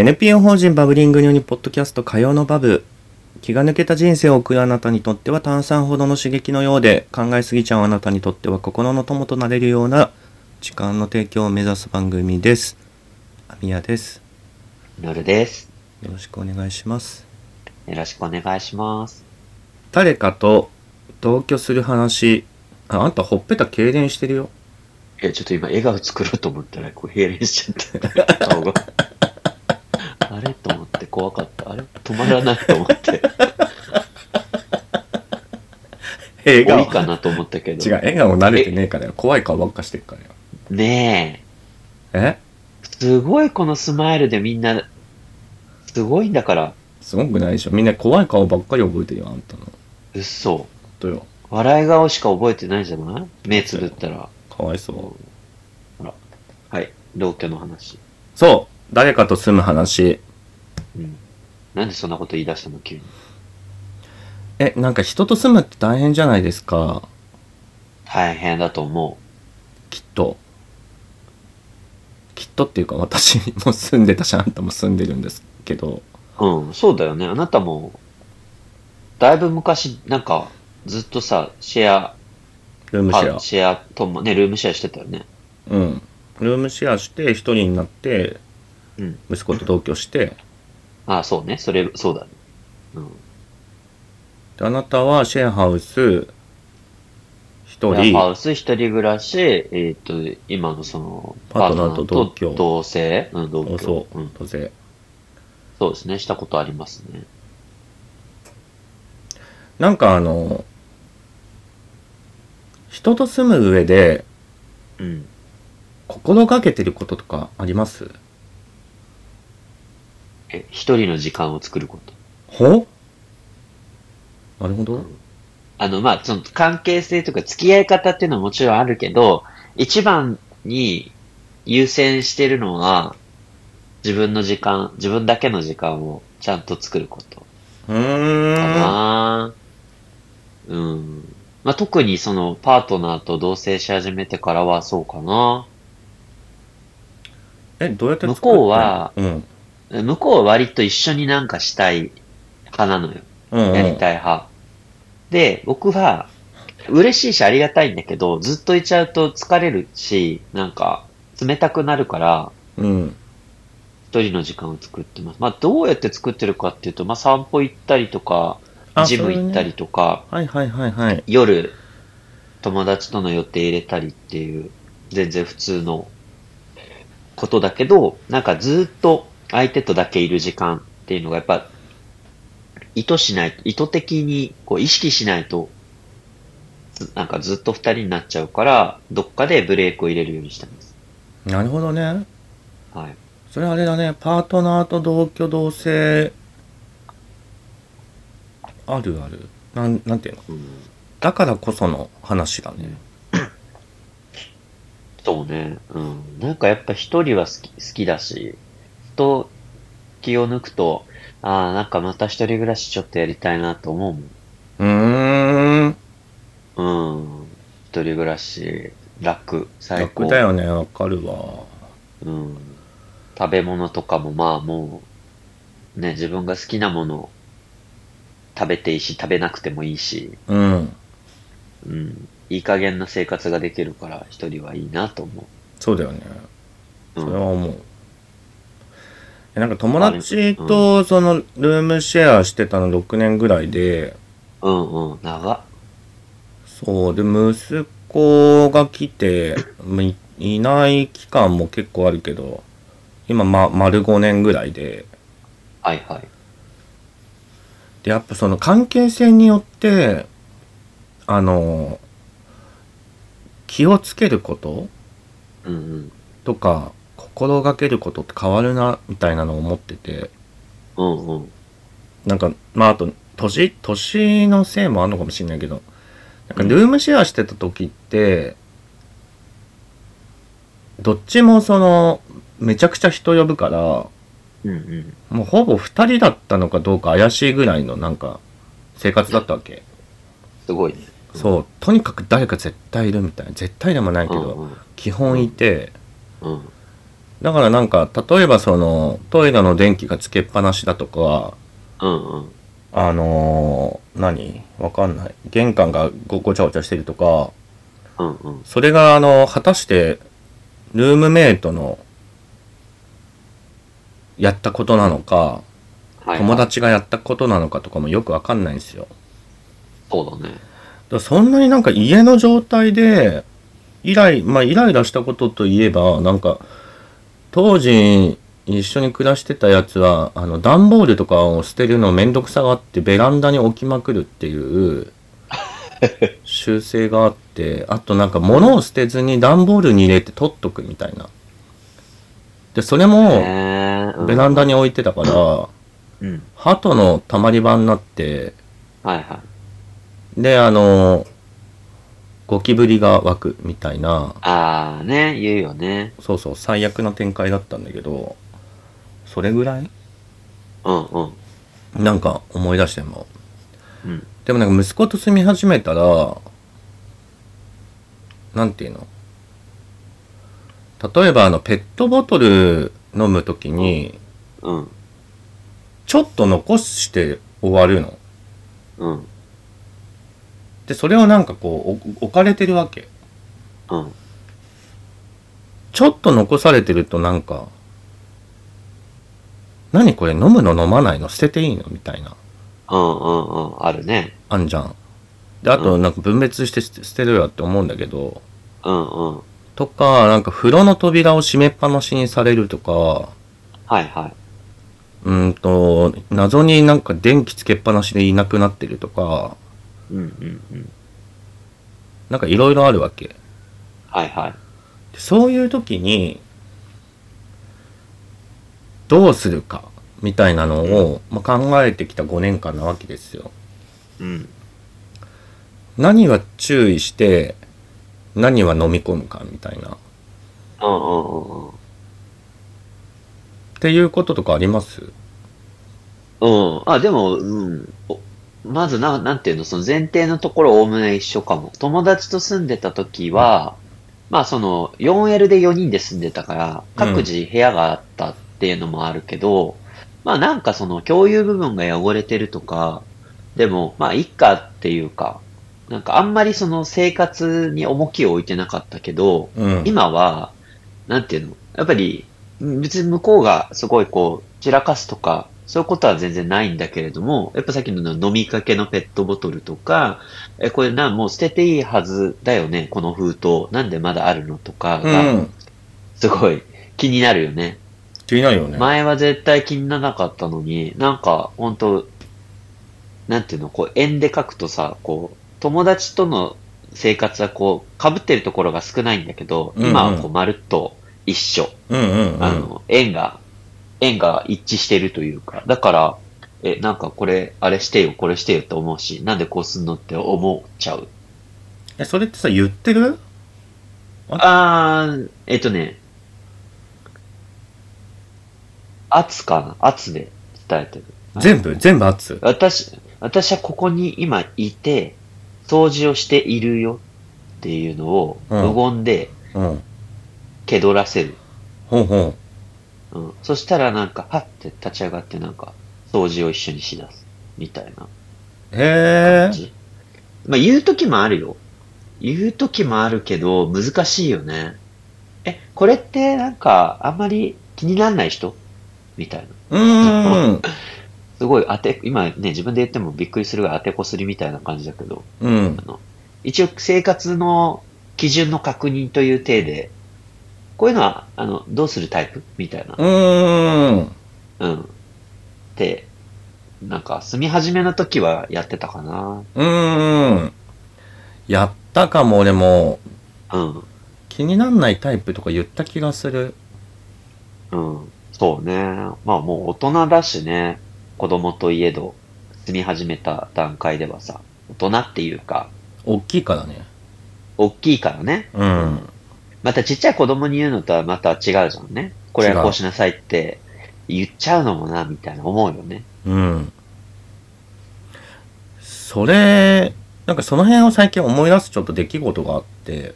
NPO 法人バブリングによりポッドキャスト火曜のバブ気が抜けた人生を送るあなたにとっては炭酸ほどの刺激のようで考えすぎちゃうあなたにとっては心の友となれるような時間の提供を目指す番組ですアミヤですのるです。よろしくお願いしますよろしくお願いします。誰かと同居する話ああんたほっぺた痙攣してるよいや、ちょっと今、笑顔作ろうと思ったら、こう、痙攣しちゃった。顔が。 あれと思って、怖かった。あれ止まらないと思って。笑多いかなと思ったけど。違う笑顔慣れてねえからよ怖い顔ばっかしてるからよねええ。すごい、このスマイルでみんな、すごいんだから。すごくないでしょみんな怖い顔ばっかり覚えてるよあんたのほん嘘。とよ笑い顔しか覚えてないじゃない目つぶったら。かわいそうはい。同居の話。そう誰かと住む話うん。なんでそんなこと言い出したの急に。えなんか人と住むって大変じゃないですか大変だと思きっときっとっていうか私も住んでたしあんたも住んでるんですけどう。うん。そうだよね。あなたも、だいぶ昔、なんか、ずっとさ、シェア、ルームシェあアシェアとも、ね、ルームシェアしてたよね。うんルームシェアして一人になってうん。息子と同居してああ、そうね。それ、そうだね。うん。であなたはシェアハウス一シェアハ人ウス一人暮らし、えっ、と、今のその、パートナーと同居パートナーと同棲うん、同居。そううん。当然そうですね。したことありますね。なんかあの人と住む上でうん。心がけてることとかありますえ、一人の時間を作ること。ほなるほど。あの、まあ、その関係性とか付き合い方っていうのはもちろんあるけど、一番に優先してるのは、自分の時間、自分だけの時間をちゃんと作ることうかーん。な。うん。まあ、特にそのパートナーと同棲し始めてからはそうかな。え、どうやって作って向こうはうん。向こうは割と一緒になんかしたい派なのよ。うん、うん。やりたい派。で、僕は、嬉しいしありがたいんだけど、ずっといちゃうと疲れるし、なんか、冷たくなるから、うん。一人の時間を作ってます。まあ、どうやって作ってるかっていうと、まあ、散歩行ったりとか、あジム行った。りとか、そういうねはいはいはいはい。夜、友達との予定入れたりっていう、全然普通のことだけど、なんかずっと相手とだけいる時間っていうのがやっぱ、意図しない、意図的にこう意識しないと、ずなんかずっと二人になっちゃうから、どっかでブレイクを入れるようにしてます。なるほどね。はい。それあれだね。パートナーと同居同棲、あるある。なん、なんていうのうんだからこその話だね。そうね。うん。なんかやっぱ一人は好き、好きだし、と気を抜くと、ああ、なんかまた一人暮らしちょっとやりたいなと思うもん。うーん。うん。一人暮らし、楽、最高。楽だよね。わかるわ。うん。食べ物とかもまあもう、ね、自分が好きなもの食べていいし、食べなくてもいいし、うん。うん。いい加減な生活ができるから、一人はいいなと思そうだよね。う。そうれん。は思う。えなんか友達とそのルームシェアしてたの6年ぐらいで、うんうん。長っ。そう、で、息子が来て、もういいない期間も結構あるけど、今、ま、丸5年ぐらいで、はいはい。で、やっぱその関係性によって、あの、気をつけることうんうん。とか、心がけることって変わるな、みたいなのを思ってて、うんうん。なんか、まあ、あと、年、年のせいもあるのかもしれないけど、なんか、ルームシェアしてた時って、どっちもその、めちゃくちゃ人呼ぶから、うんうん。もうほぼ二人だったのかどうか怪しいぐらいの、なんか、生活だったわけ。すごいね。そう、とにかく誰か絶対いるみたいな。絶対でもないけうんうど、ん。基本いて、うん。だからなんか、例えばその、トイレの電気がつけっぱなしだとか、うんうん。あのー何わかんない。玄関がごごちゃごちゃしてるとか、うんうん。それがあの、果たして、ルームメイトの、やったことなのか、はい。友達がやったことなのかとかもよくわかんないんですよ。そうだね。だからそんなになんか家の状態でイライ,、まあ、イライラしたことといえばなんか当時一緒に暮らしてたやつはあの段ボールとかを捨てるのめんどくさがあってベランダに置きまくるっていう習性があってあとなんか物を捨てずに段ボールに入れて取っとくみたいなでそれもへーベランダに置いてたからうん。うん。鳩のたまり場になってはいはい。で、あの、ゴキブリが湧くみたいな、あーね、言うよね。そうそう、最悪な展開だったんだけど、それぐらいうんうん。なんか思い出しても。うん。でもなんか息子と住み始めたら、なんていうの例えばあの、ペットボトル飲むときに、うん。ちょっと残して終わるの。うん。で、それをなんかこう、お置かれてるわけ。うん。ちょっと残されてるとなんか、何これ飲むの飲まないの捨てていいのみたいな。うんうんうん。あるね。あんじゃん。で、あとなんか分別して捨て捨てろよって思うんだけど、うんうん。とか、なんか風呂の扉を閉めっぱなしにされるとか、はいはい。うーんと、謎になんか電気つけっぱなしでいなくなってるとか、うんうんうん。なんかいろいろあるわけ。はいはい。でそういう時に、どうするか、みたいなのを、まあ考えてきた5年間なわけですよ。うん。何は注意して何は飲み込むかみたいなっうんうんうんうん。ていうこととかありますうん。あ、でも、うん。おまずな、なんていうの、その前提のところ、おおむね一緒かも。友達と住んでた時は、まあその、4L で4人で住んでたから、各自部屋があったっていうのもあるけど、まあなんかその共有部分が汚れてるとか、でも、まあいっかっていうか、なんかあんまりその生活に重きを置いてなかったけど、うん今は、なんていうの、やっぱり、うん別に向こうがすごいこう、散らかすとか、そういうことは全然ないんだけれども、やっぱさっきの飲みかけのペットボトルとか、え、これな、もう捨てていいはずだよね、この封筒。なんでまだあるのとかうが、んすごい気になるよね。気になるよね前は絶対気にならなかったのに、なんか、本当なんていうの、こう、円で書くとさ、こう、友達との生活はこう、被ってるところが少ないんだけど、うんうん今はこう、まるっと一緒。うんうんうんあの、円が、円が一致してるというか、だから、え、なんかこれ、あれしてよ、これしてよって思うし、なんでこうすんのって思っちゃう。えそれってさ言ってるあー、えっとね、圧かな圧で伝えてる。全部全部圧私、私はここに今いて、掃除をしているよっていうのを、うん無言でうん蹴取らせる。ほうほうん。そしたらなんか、はって立ち上がってなんか、掃除を一緒にしだす。みたいなうへえ感じ。まあ言う時もあるよ。言う時もあるけど、難しいよね。え、これってなんか、あんまり気にならない人みたいうな。ーんすごい当て、今ね、自分で言ってもびっくりするぐらい当てこすりみたいな感じだけど。うん一応生活の基準の確認という体で、こういうのは、あの、どうするタイプみたいなう。ーんうん。って、なんか、住み始めの時はやってたかな。うーんやったかも俺もうん。気になんないタイプとか言った気がするうん。そうね。まあもう大人だしね。子供といえど、住み始めた段階ではさ、大人っていうか、大きいからね大きいからね。うんまたちっちゃい子供に言うのとはまた違うじゃんね。これはこうしなさいって言っちゃうのもな、みたいな思うよね。うん。それ、なんかその辺を最近思い出すちょっと出来事があって、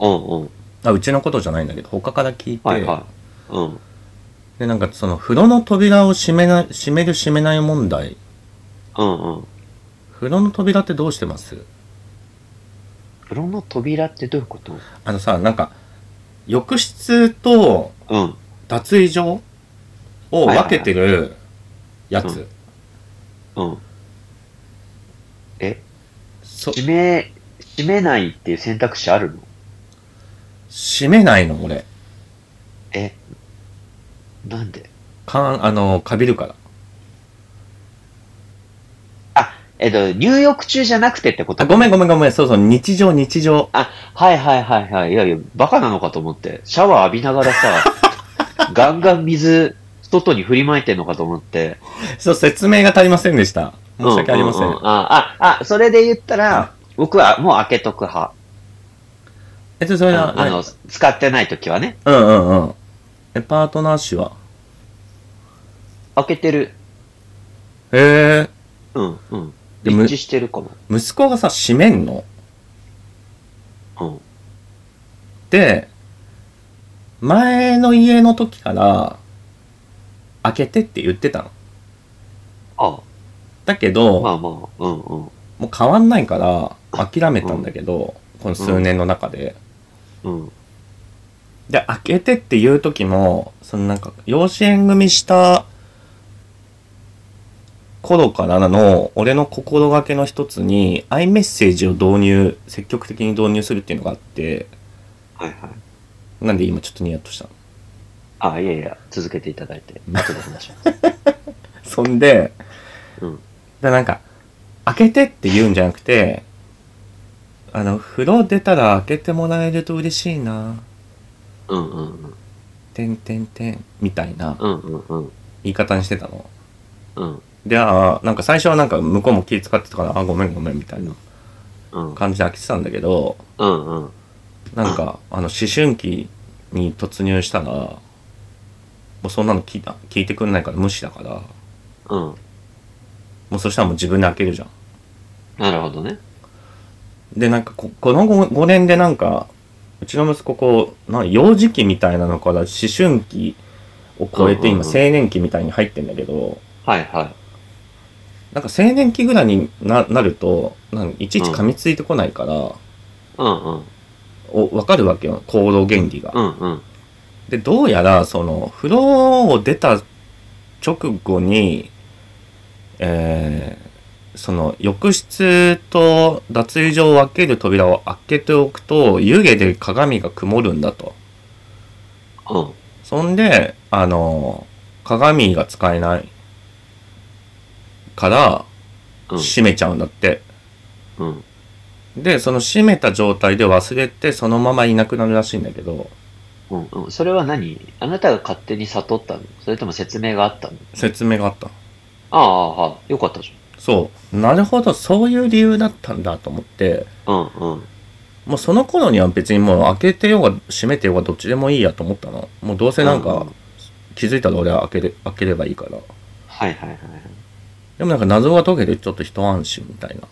うんうん。あうちのことじゃないんだけど、他から聞いて、はいはうん。で、なんかその風呂の扉を閉めない、閉める閉めない問題。うんうん。風呂の扉ってどうしてます風呂の扉ってどういうことあのさ、なんか、浴室とうん。脱衣所を分けてるやはいはいつ。うん。えそ、閉め、閉めないっていう選択肢あるの閉めないの俺。えなんでかん、あの、かびるから。あ、えっと、入浴中じゃなくてってことあ、ごめんごめんごめん。そうそう、日常日常。あ、はいはいはいはい。いやいや、バカなのかと思って。シャワー浴びなが らさ、ガンガン水、外に振りまいてんのかと思って。そう、説明が足りませんでした。申し訳ありません。うううあ、あ、あ、それで言ったら、僕はもう開けとく派。えっと、それは、あの、使ってない時はね。うんうんうん。え、パートナー氏は開けてる。へえ。うん、うん。でも一致してるかも。息子がさ、閉めんのうん。で、前の家の時から、開けてって言ってたの。あ、だけど、まあまあ、うんうん。もう変わんないから、諦めたんだけど、この数年の中で。うん。で、開けてっていう時も、そのなんか、養子縁組した頃からの、俺の心がけの一つに、アイメッセージを導入、積極的に導入するっていうのがあって、はいはい。なんで今ちょっとニヤッとしたの。あ、いやいや、続けていただいて。後で話します。そんで、うん。でなんか、開けてって言うんじゃなくて、あの、風呂出たら開けてもらえると嬉しいな、うんうんうん。てんてんてん、みたいなうんうんうん。言い方にしてたの。うんで、あーなんか最初はなんか向こうも気使ってたから、あ、ごめんごめんみたいなうん。感じで開けてたんだけど、うんうん。なんか、あの、思春期に突入したら、もうそんなの聞いた聞いてくんないから無視だから、うん。もうそしたらもう自分で開けるじゃん。なるほどね。で、なんかこ、この 5, 5年でなんか、うちの息子こう、なん幼児期みたいなのから思春期を超えてうんうんう今ん青年期みたいに入ってんだけど、はいはい。なんか青年期ぐらいにななると、なんいちいち噛みついてこないから、うんうん。お分かるわけよ、行動原理が。うんうん。で、どうやら、その、風呂を出た直後に、えーその、浴室と脱衣所を分ける扉を開けておくと、湯気で鏡が曇るんだと。うん。そんで、あの、鏡が使えないから、うん。閉めちゃうんだって。うん。で、その閉めた状態で忘れて、そのままいなくなるらしいんだけど、うん。うん。それは何あなたが勝手に悟ったのそれとも説明があったの説明があった。ああ、ああよかったじそう。なるほど、そういう理由だったんだと思って、ゃん。うんうん。もうその頃には別にもう開けてようが閉めてようがどっちでもいいやと思ったの。もうどうせなんうかん気づいたら俺は開けれ開ければいいから。はいはいはいはい。でもなんか謎が解けてちょっと一安心みたいな。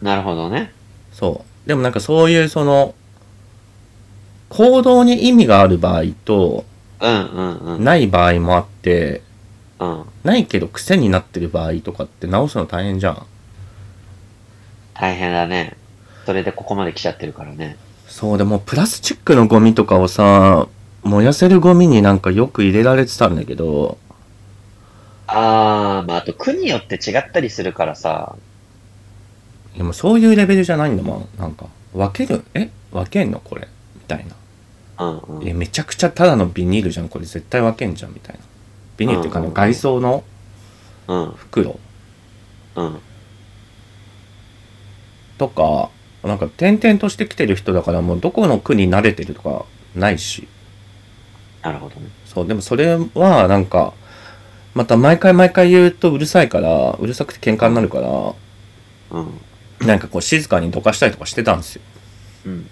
なるほどね。そう。でもなんかそういうその、行動に意味がある場合と、うんうんうん。ない場合もあって、うん。ないけど癖になってる場合とかって直すの大変じゃん。大変だね。それでここまで来ちゃってるからね。そうでもうプラスチックのゴミとかをさ、燃やせるゴミになんかよく入れられてたんだけど、ああ、まああと区によって違ったりするからさ。でもそういうレベルじゃないんだもん。なんか、分ける、え分けんのこれみたいな。うんうん。え、めちゃくちゃただのビニールじゃん。これ絶対分けんじゃん。みたいな。ビニールっていうかね、うん外装のうん袋うん。とか、なんか転々としてきてる人だからもうどこの区に慣れてるとかないし。なるほどね。そう、でもそれはなんか、また毎回毎回言うとうるさいから、うるさくて喧嘩になるから、うん。なんかこう静かにどかしたりとかしてたんですよ。うん。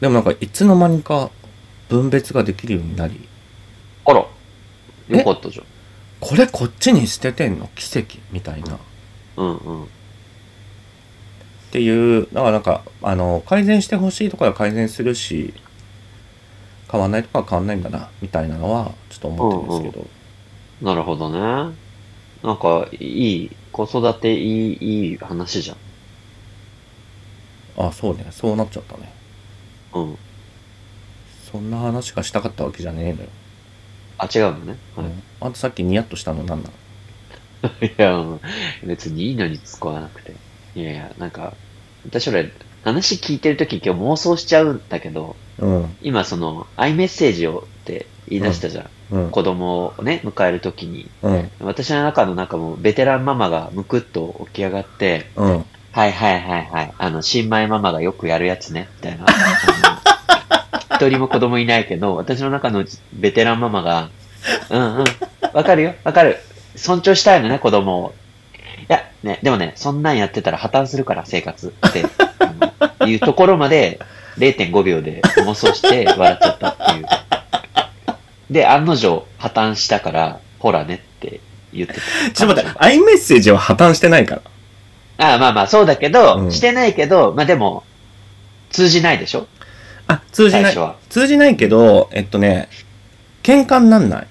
でもなんかいつの間にか分別ができるようになり、あら。よかったじゃん。これこっちに捨ててんの奇跡みたいな。っうんうん。ていう、だからなんか、あの、改善してほしいところは改善するし、変わんないとか変わんないんだなみたいなのはちょっと思ってるんですけど、なるほどね。なんか、いい、子育ていい、いい話じゃん。あそうねそうなっちゃったねうん。そんな話がしたかったわけじゃねえのよ、あ、違うのね。はうんあとさっきニヤッとしたの何なの い。いや、うん別にいいのに使わなくて。いやいや、なんか、私俺、話聞いてるとき今日妄想しちゃうんだけど、うん今その、アイメッセージをって言い出したじゃん。うん子供をね、迎えるときに。うん私の中の中もベテランママがむくっと起き上がって、うんはいはいはいはい。あの、新米ママがよくやるやつね、みたいな。あの一人も子供いないけど、私の中のベテランママが、うんうん、わかるよ、わかる。尊重したいのね、子供を。いや、ね、でもね、そんなんやってたら破綻するから、生活って、あのいうところまで、0.5秒で妄想して笑っちゃったっていう。で、案の定、破綻したから、ほらねって言ってた。ちょっと待って、アイメッセージは破綻してないから。ああまあまあ、そうだけど、うんしてないけど、まあでも、通じないでしょあ、通じ最な初い。は。通じないけど、えっとね、喧嘩になんない。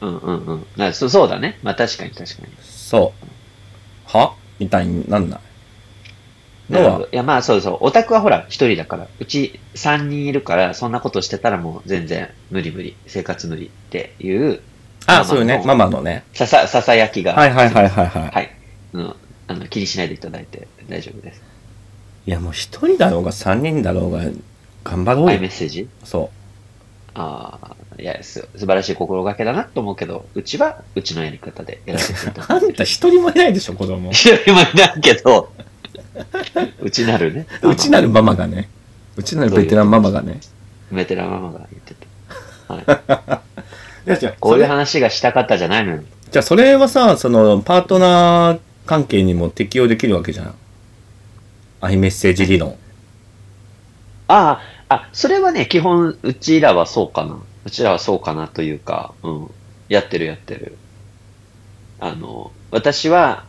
うんうんうん。なそそうだね。まあ確かに確かに。そう。はみたいになんない。のなるほどは、いやまあそうそう。オタクはほら、一人だから。うち三人いるから、そんなことしてたらもう全然無理無理。生活無理っていう、ママあ、のそうよね。ママのね。ささ、ささやきが。はいはいはいはいはい。はい。うん。あの、気にしないでいただいて大丈夫です。いやもう一人だろうが三人だろうが、頑張ろはうい、よメ。ッセージそああ、いや、す、素晴らしい心がけだなと思うけど、うちは、うちのやり方で やらせていただいてう。あんた一人もいないでしょ、子供。一人もいないけど、うちなるね。うちなるママがね。うちなるベテランママがね。ベテランママが言ってた。はい、いやじゃあこういうそれ話がしたかったじゃないのよ。じゃあそれはさ、その、パートナー関係にも適用できるわけじゃん。アイメッセージ理論。ああ、あ、それはね、基本、うちらはそうかな。うちらはそうかなというか、うん。やってるやってる。あの、私は、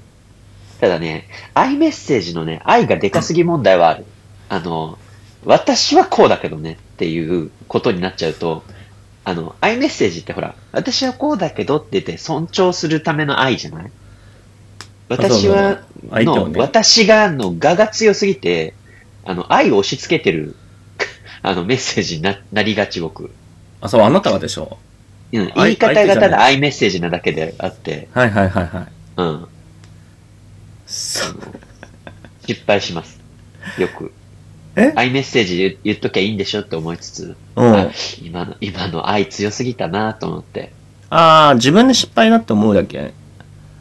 ただね、愛メッセージのね、愛がでかすぎ問題はある。あの、私はこうだけどねっていうことになっちゃうと、あの、愛メッセージってほら、私はこうだけどって言って尊重するための愛じゃない私は、相手をの、ね。私が、の、我が強すぎて、あの、愛を押し付けてる、 あの、メッセージにな、なりがち、僕。あ、そう、あなたがでしょうん、言愛い方相手じがゃないただ愛メッセージなだけであって、う。はいはいはいはい。うん、そ失敗します。よく。え愛メッセージ言言っときゃいいんでしょって思いつつ、うん。あ今の、今の愛強すぎたなと思って。ああ、自分で失敗だって思うだけ。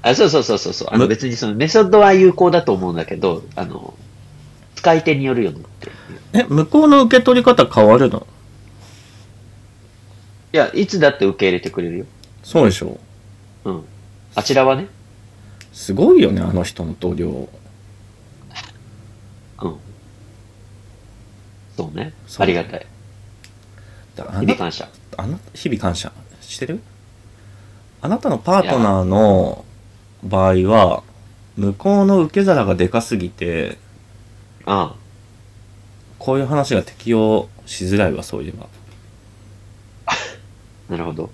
あ、そうそうそうそうそう。あのむ別にそのメソッドは有効だと思うんだけど、あの、使い手によるよねっていえ、う。向こうの受け取り方変わるのいや、いつだって受け入れてくれるよ。そうでしょうん。あちらはね。すごいよね、あの人の同僚。うん。そうね。そうありがたい。あ日な々た、感謝。あなた、日々感謝してるあなたのパートナーの場合は、向こうの受け皿がでかすぎて、あこういう話が適用しづらいわ、そういえば。あ、なるほど。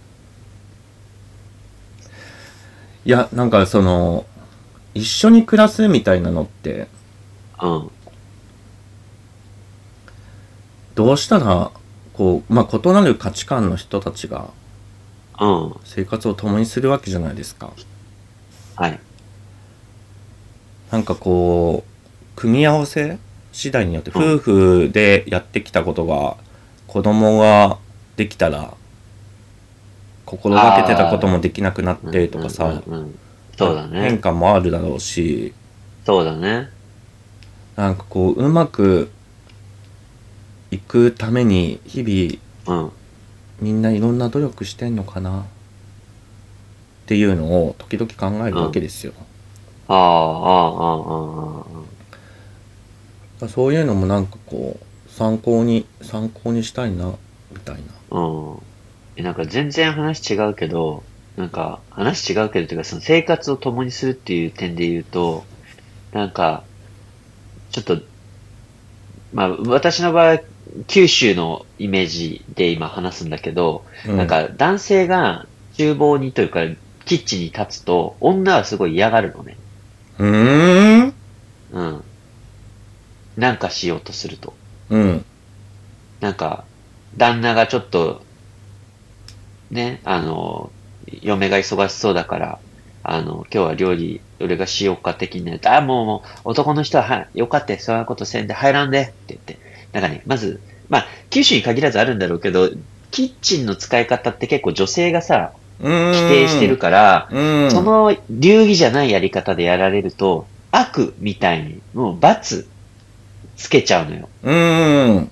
いや、なんかその、一緒に暮らすみたいなのって、うん。どうしたら、こう、まあ、異なる価値観の人たちがうん。生活を共にするわけじゃないですか。はい。なんかこう、組み合わせ次第によって、夫婦でやってきたことが、子供ができたら、心がけてたこともできなくなってとかさ、うんうんうんうんそうだ変ね。化もあるだろうし、そうだね。なんかこう、うまくいくために、日々、うん。みんないろんな努力してんのかなっていうのを時々考えるわけですよ。ああ、ああ、ああ、ああ。そういうのもなんかこう、参考に、参考にしたいな、みたいな。うん。えなんか全然話違うけど、なんか話違うけどっていうかその生活を共にするっていう点で言うと、なんか、ちょっと、まあ私の場合、九州のイメージで今話すんだけど、うんなんか男性が厨房にというか、キッチンに立つと、女はすごい嫌がるのね。うーんうん。なんかしようとすると。うんなんか、旦那がちょっと、ね、あの、嫁が忙しそうだから、あの、今日は料理、俺がしようか的になると、あ、もうもう、男の人は、はい、よかって、そういうことせんで、入らんで、って言って。なんかね、まず、まあ、九州に限らずあるんだろうけど、キッチンの使い方って結構女性がさ、規規定してるから、うんその流儀じゃないやり方でやられると、悪みたいに、もう罰つけちゃうのよ。うん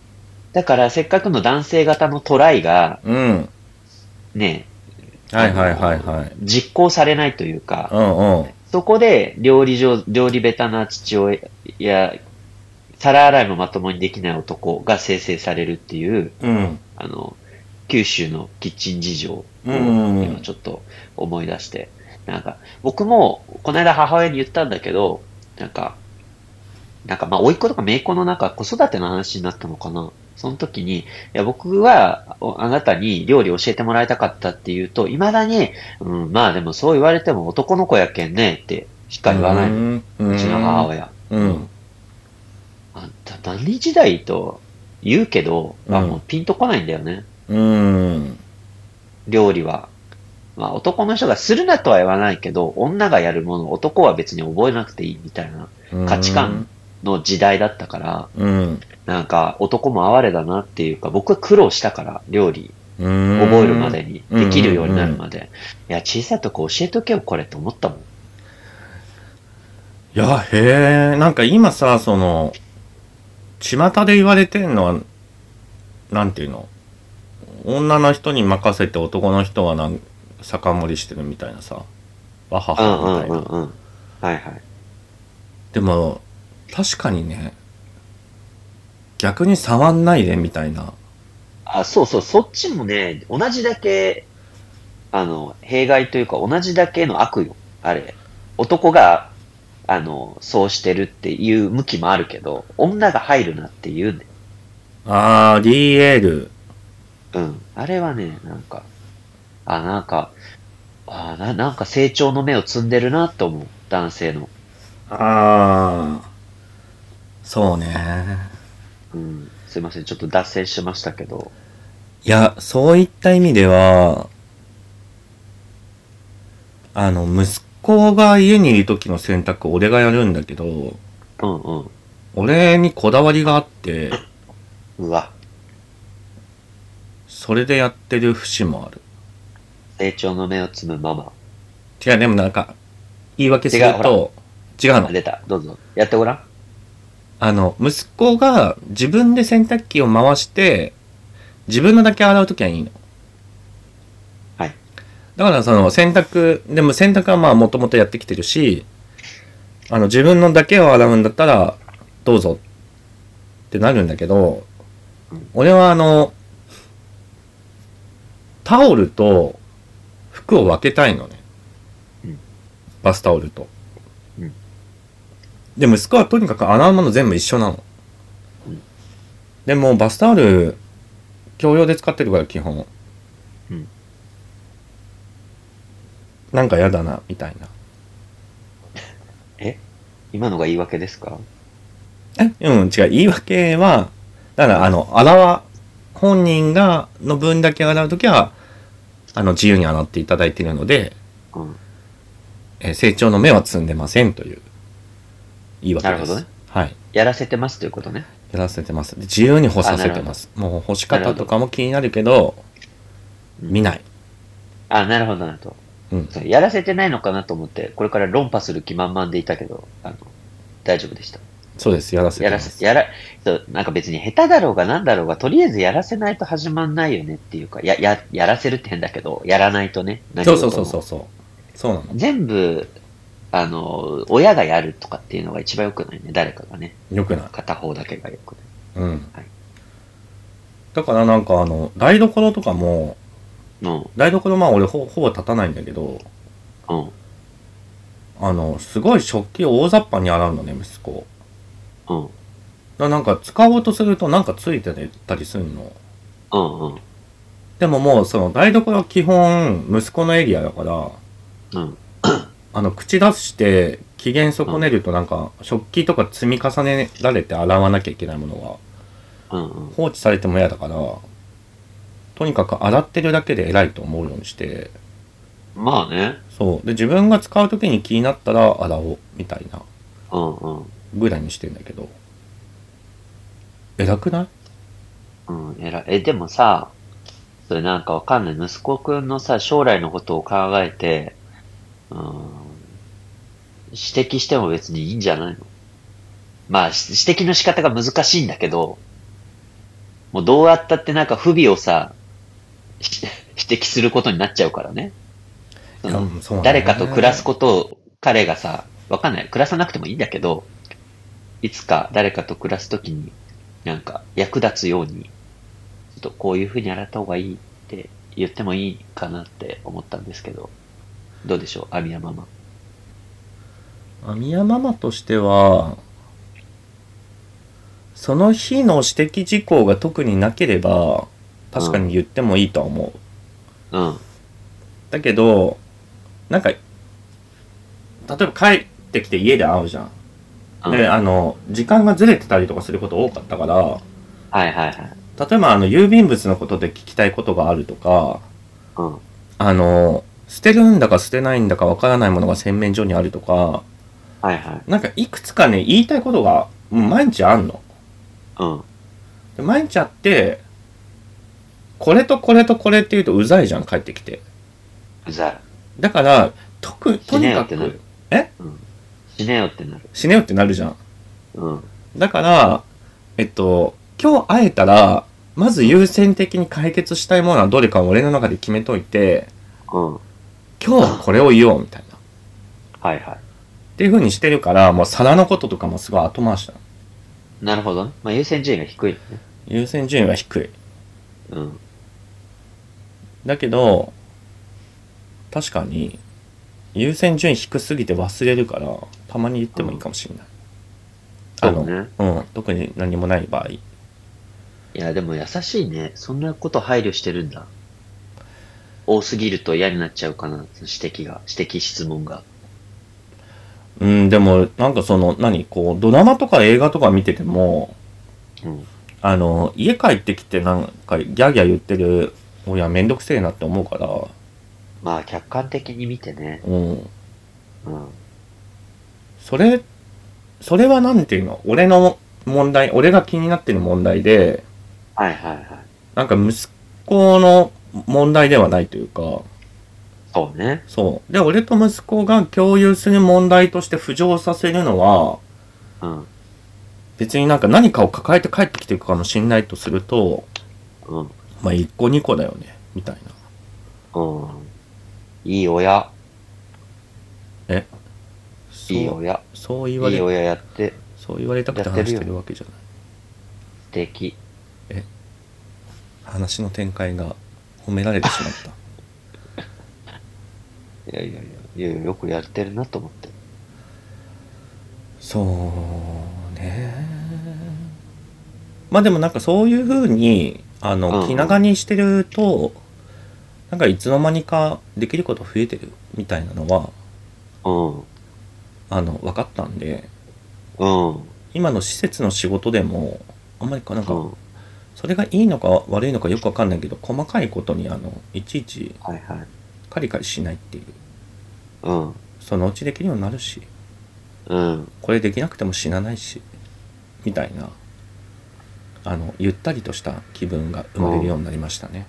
だから、せっかくの男性型のトライが、うんね、はいはいはいはい実行されないというか、うんうんそこで料理上、料理下手な父親や、皿洗いもまともにできない男が生成されるっていう、うんあの、九州のキッチン事情をうん今ちょっと思い出して、なんか、僕も、この間母親に言ったんだけど、なんか、なんかまあ、甥っ子とか姪っ子の中、子育ての話になったのかな。その時に、いや、僕は、おあなたに料理教えてもらいたかったって言うと、未だに、うん、まあでもそう言われても男の子やけんね、ってしか言わないの。ううちの母親。うんあんた何時代と言うけど、あうんもうピンとこないんだよね。うん料理は。まあ男の人がするなとは言わないけど、女がやるもの、男は別に覚えなくていいみたいな価値観の時代だったから、うんなんか男も哀れだなっていうか、僕は苦労したから、料理。うん覚えるまでに、うんできるようになるまで。いや、小さいとこ教えとけよ、これって思ったもん。いや、へえ、なんか今さ、その、巷で言われてんのは、なんていうの女の人に任せて男の人はなん酒盛りしてるみたいなさ、わはうんうはみたんいうんな。うん。はいはい。でも、確かにね、逆に触んないでみたいな。あ、そうそう、そっちもね、同じだけ、あの、弊害というか、同じだけの悪よ。あれ。男が、あの、そうしてるっていう向きもあるけど、女が入るなっていうね。あー、DL。うん。あれはね、なんか、あ、なんか、あな、なんか成長の目を積んでるなと思う。男性の。あー、そうね。うん。すいません。ちょっと脱線しましたけど。いや、そういった意味では、あの、息子が家にいる時の洗濯俺がやるんだけど、うんうん。俺にこだわりがあって、うわ。それでやってる節もある。成長の目を積むママ。違う、でもなんか、言い訳すると、違うあの。出た。どうぞ。やってごらん。あの、息子が自分で洗濯機を回して、自分のだけ洗うときはいいの。はい。だからその洗濯、でも洗濯はまあもともとやってきてるし、あの自分のだけを洗うんだったら、どうぞってなるんだけどうん、俺はあの、タオルと服を分けたいのね。うんバスタオルと。うんで、息子はとにかく洗うもの全部一緒なの。うんでもバスタオル、共用で使ってるから基本。うんなんかやだな、みたいな。今のが言い訳ですかえうん、違う。言い訳は、だから、あの、洗わ、本人が、の分だけ洗うときは、あの、自由に洗っていただいているので、うん。えー成長の目は積んでませんという、言い訳です。なるほどねはい。やらせてますということね。やらせてます。で自由に干させてます。もう干し方とかも気になるけど、うん見ない。あ、なるほどなるほうん。ど。やらせてないのかなと思って、これから論破する気満々でいたけど、あの、大丈夫でした。そうです。やらせてやまらす。せ、やら、そうなんか別に下手だろうがなんだろうが、とりあえずやらせないと始まんないよねっていうか、や、や、やらせるって変だけど、やらないとね。何そ事うもそうそうそうそう。そうなの。全部、あの、親がやるとかっていうのが一番良くないね。誰かがね。よくない。片方だけが良くない。うん。はいだからなんかあの、台所とかも、うん、台所まあ俺ほほぼ立たないんだけど、うん、あの、すごい食器を大雑把に洗うのね、息子。うん。だなんか使おうとするとなんかついてたりするの。うんうん。でももうその台所は基本息子のエリアだから、うん。あの口出して機嫌損ねるとなんか食器とか積み重ねられて洗わなきゃいけないものがうんうん。放置されても嫌だから、とにかく洗ってるだけで偉いと思うようにして、まあね。そう。で、自分が使う時に気になったら洗おうみたいなうんうん。ぐらいにしてんだけど。偉くないうん、えら、え、でもさ、それなんかわかんない。息子くんのさ、将来のことを考えて、うん、指摘しても別にいいんじゃないのまあ、し指摘の仕方が難しいんだけど、もうどうやったってなんか不備をさ、し 指摘することになっちゃうからね。そのうんそうなんだよ誰ねかと暮らすことを彼がさ、わかんない。暮らさなくてもいいんだけど、いつか誰かと暮らすときに、なんか役立つように、ちょっとこういうふうに洗った方がいいって言ってもいいかなって思ったんですけど、どうでしょう、網山マアミヤママとしては、その日の指摘事項が特になければ、確かに言ってもいいとは思う。マ。うん。だけど、なんか、例えば帰ってきて家で会うじゃん。うんで、あの、時間がずれてたりとかすること多かったから、はいはいはい。例えばあの、郵便物のことで聞きたいことがあるとか、うん。あの、捨てるんだか捨てないんだかわからないものが洗面所にあるとか、はいはい。なんかいくつかね、言いたいことが、うん毎日あんの。うん。で毎日あって、これとこれとこれって言うとうざいじゃん、帰ってきて。うざい。だから、とく、とにか死ねよっくて、うん。死ねよってなる。死ねよってなるじゃん。うん。だから、えっと、今日会えたら、まず優先的に解決したいものはどれかを俺の中で決めといて、うん。今日はこれを言おうみたいな。っはいはていう風にしてるから、もう皿のこととかもすごい後回しだ。い。なるほどね。まあ優先順位が低いね。優先順位は低い。うん。だけど、確かに、優先順位低すぎて忘れるから、たまに言ってもいいかもしれない。うんあの、そうねうん、特に何もない場合。いや、でも優しいね。そんなこと配慮してるんだ。多すぎると嫌になっちゃうかな、指摘が。指摘質問が。うん、でも、なんかその、何、こう、ドラマとか映画とか見てても、うん。あの、家帰ってきてなんかギャーギャー言ってる親めんどくせえなって思うから、まあ、客観的に見てね。うん。うん。それ、それはなんていうの俺の問題、俺が気になってる問題で、はいはいはい。なんか息子の問題ではないというか、そうね。そう。で、俺と息子が共有する問題として浮上させるのは、うん。別になんか何かを抱えて帰ってきてるかもしれないとすると、うん。まあ、1個2個だよね、みたいな。うん。いい親。そういい親。そういい言われ、親やって、そう言われたくて話してるわけじゃない。素敵。話の展開が褒められてしま った。いやいやいや、いやよくやってるなと思って。そうね。まあでもなんかそういうふうに、あうの、ん気長にしてると、なんかいつの間にかできること増えてるみたいなのは、うん。あの、分かったんで、うん。今の施設の仕事でも、あんまりかなんうか、ん。それがいいのか悪いのかよくわかんないけど、細かいことにあの、いちいちはいはい。カリカリしないっていう。うん。そのうちできるようになるし、うん。これできなくても死なないし、みたいな、あの、ゆったりとした気分が生まれるようになりましたね。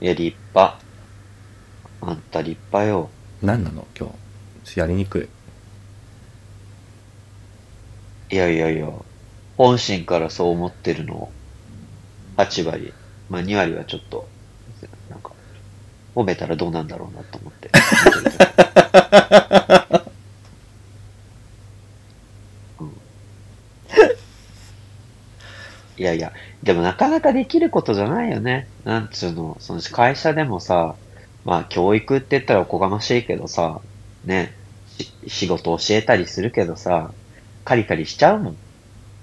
いや、立派。あんた立派よ。何なの今日。やりにくい。いやいやいや、本心からそう思ってるの、8割、まあ2割はちょっと、なんか、褒めたらどうなんだろうなと思って。 うんいやいや、でもなかなかできることじゃないよね。なんつうの、その会社でもさ、まあ教育って言ったらおこがましいけどさ、ね、し仕事教えたりするけどさ、カリカリしちゃうもん。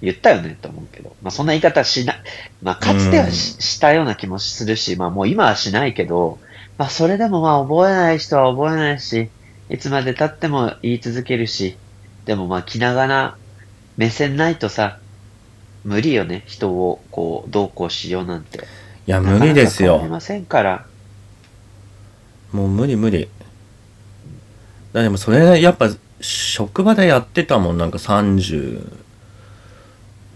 言ったよねと思うけど、まあそんな言い方しない、まあかつてはし,、たような気もするし、まあもう今はしないけど、まあそれでもまあ覚えない人は覚えないし、いつまで経っても言い続けるし、でもまあ気長な目線ないとさ、無理よね、人をこう、どうこうしようなんて。いや、無理ですありよ。ませんから。もう無理無理。だでもそれ、やっぱ、職場でやってたもん、なんか30、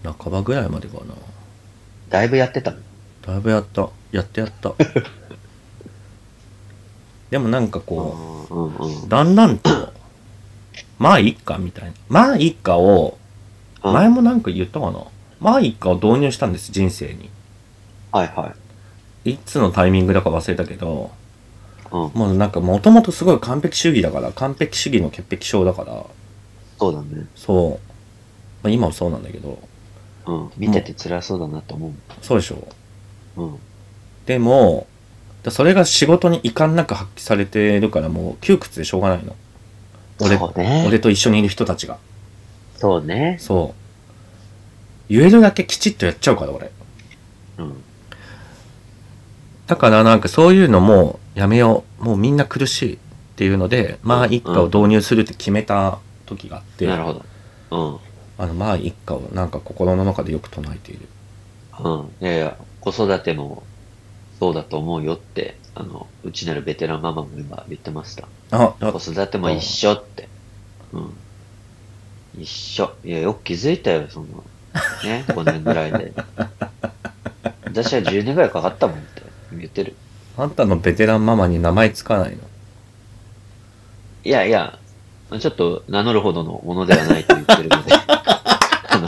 半ばぐらいまでかな。だいぶやってたの。だいぶやった。やってや った。でもなんかこう、うんうん。だんだんと、まあいっかみたいな。まあいっかを、うん前もなんか言ったかな。まあいっかを導入したんです、人生に。はいはい。いつのタイミングだか忘れたけど、うん。もうなんかもともとすごい完璧主義だから、完璧主義の潔癖症だから、そうだね。そう。まあ今もそうなんだけど、うん。見てて辛そうだなと思そうでしょう。う。うん。でも、だそれが仕事に遺憾なく発揮されてるからもう窮屈でしょうがないの。俺、そうね。俺と一緒にいる人たちが。そうね。そう。言えるだけきちっとやっちゃうから、俺。うん。だからなんかそういうのもやめよう。もうみんな苦しいっていうので、まあ一家を導入するって決めた時があって、なるほど。あのまあ一家をなんか心の中でよく唱えている。うん。うん。いやいや、子育てもそうだと思うよって、あの、うちなるベテランママも今言ってました。あ、あ子育ても一緒って。うん。一緒。いや、よく気づいたよ、その、ね、5年ぐら いで。私は10年ぐらいかかったもんって言ってる。あんたのベテランママに名前つかないの。いやいや、ちょっと名乗るほどのものではないと言ってるので、あ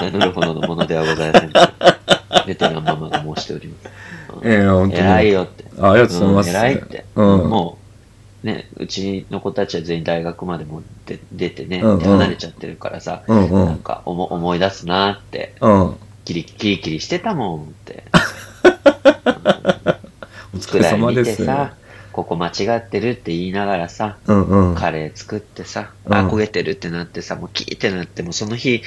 の、名乗るほどのものではございません。ベテランママが申しております。ええ本当に。偉いよって。あ。ありがとうございます。うん偉いって。うん。もう、ね、うちの子たちは全員大学までも出出てね、うんうん離れちゃってるからさ、うんうなんん。か思思い出すなーって、うん。おキリキリキリしてたもんって。疲宿れ題様見でてす。さ、ここ間違ってるって言いながらさ、うんうん。カレー作ってさ、うんあ、焦げてるってなってさ、もうキーってなって、もうその日、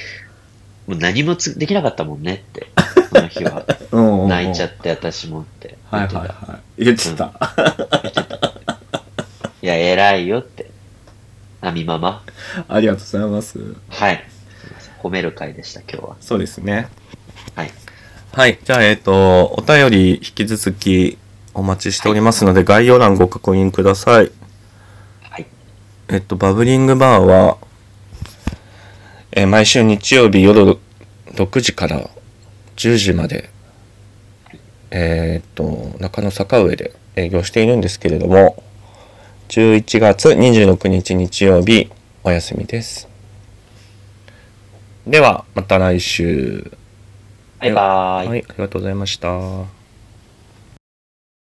もう何もつできなかったもんねって、その日は。 うんうん。泣いちゃっって、私もってた。は言っいてた。はいはい。言ってた。いや、偉いよって。あみママ。 ありがとうございます。はい。すいません褒める会でした、今日は。そうですね。はい。はい。じゃあ、えっ、と、お便り引き続きお待ちしておりますので、概要欄ご確認ください。はい。えっと、バブリングバーは、えー毎週日曜日夜6時から10時まで、えーっと、中野坂上で営業しているんですけれども、11月26日日曜日、お休みです。では、また来週。バイバーイ。はい、ありがとうございました。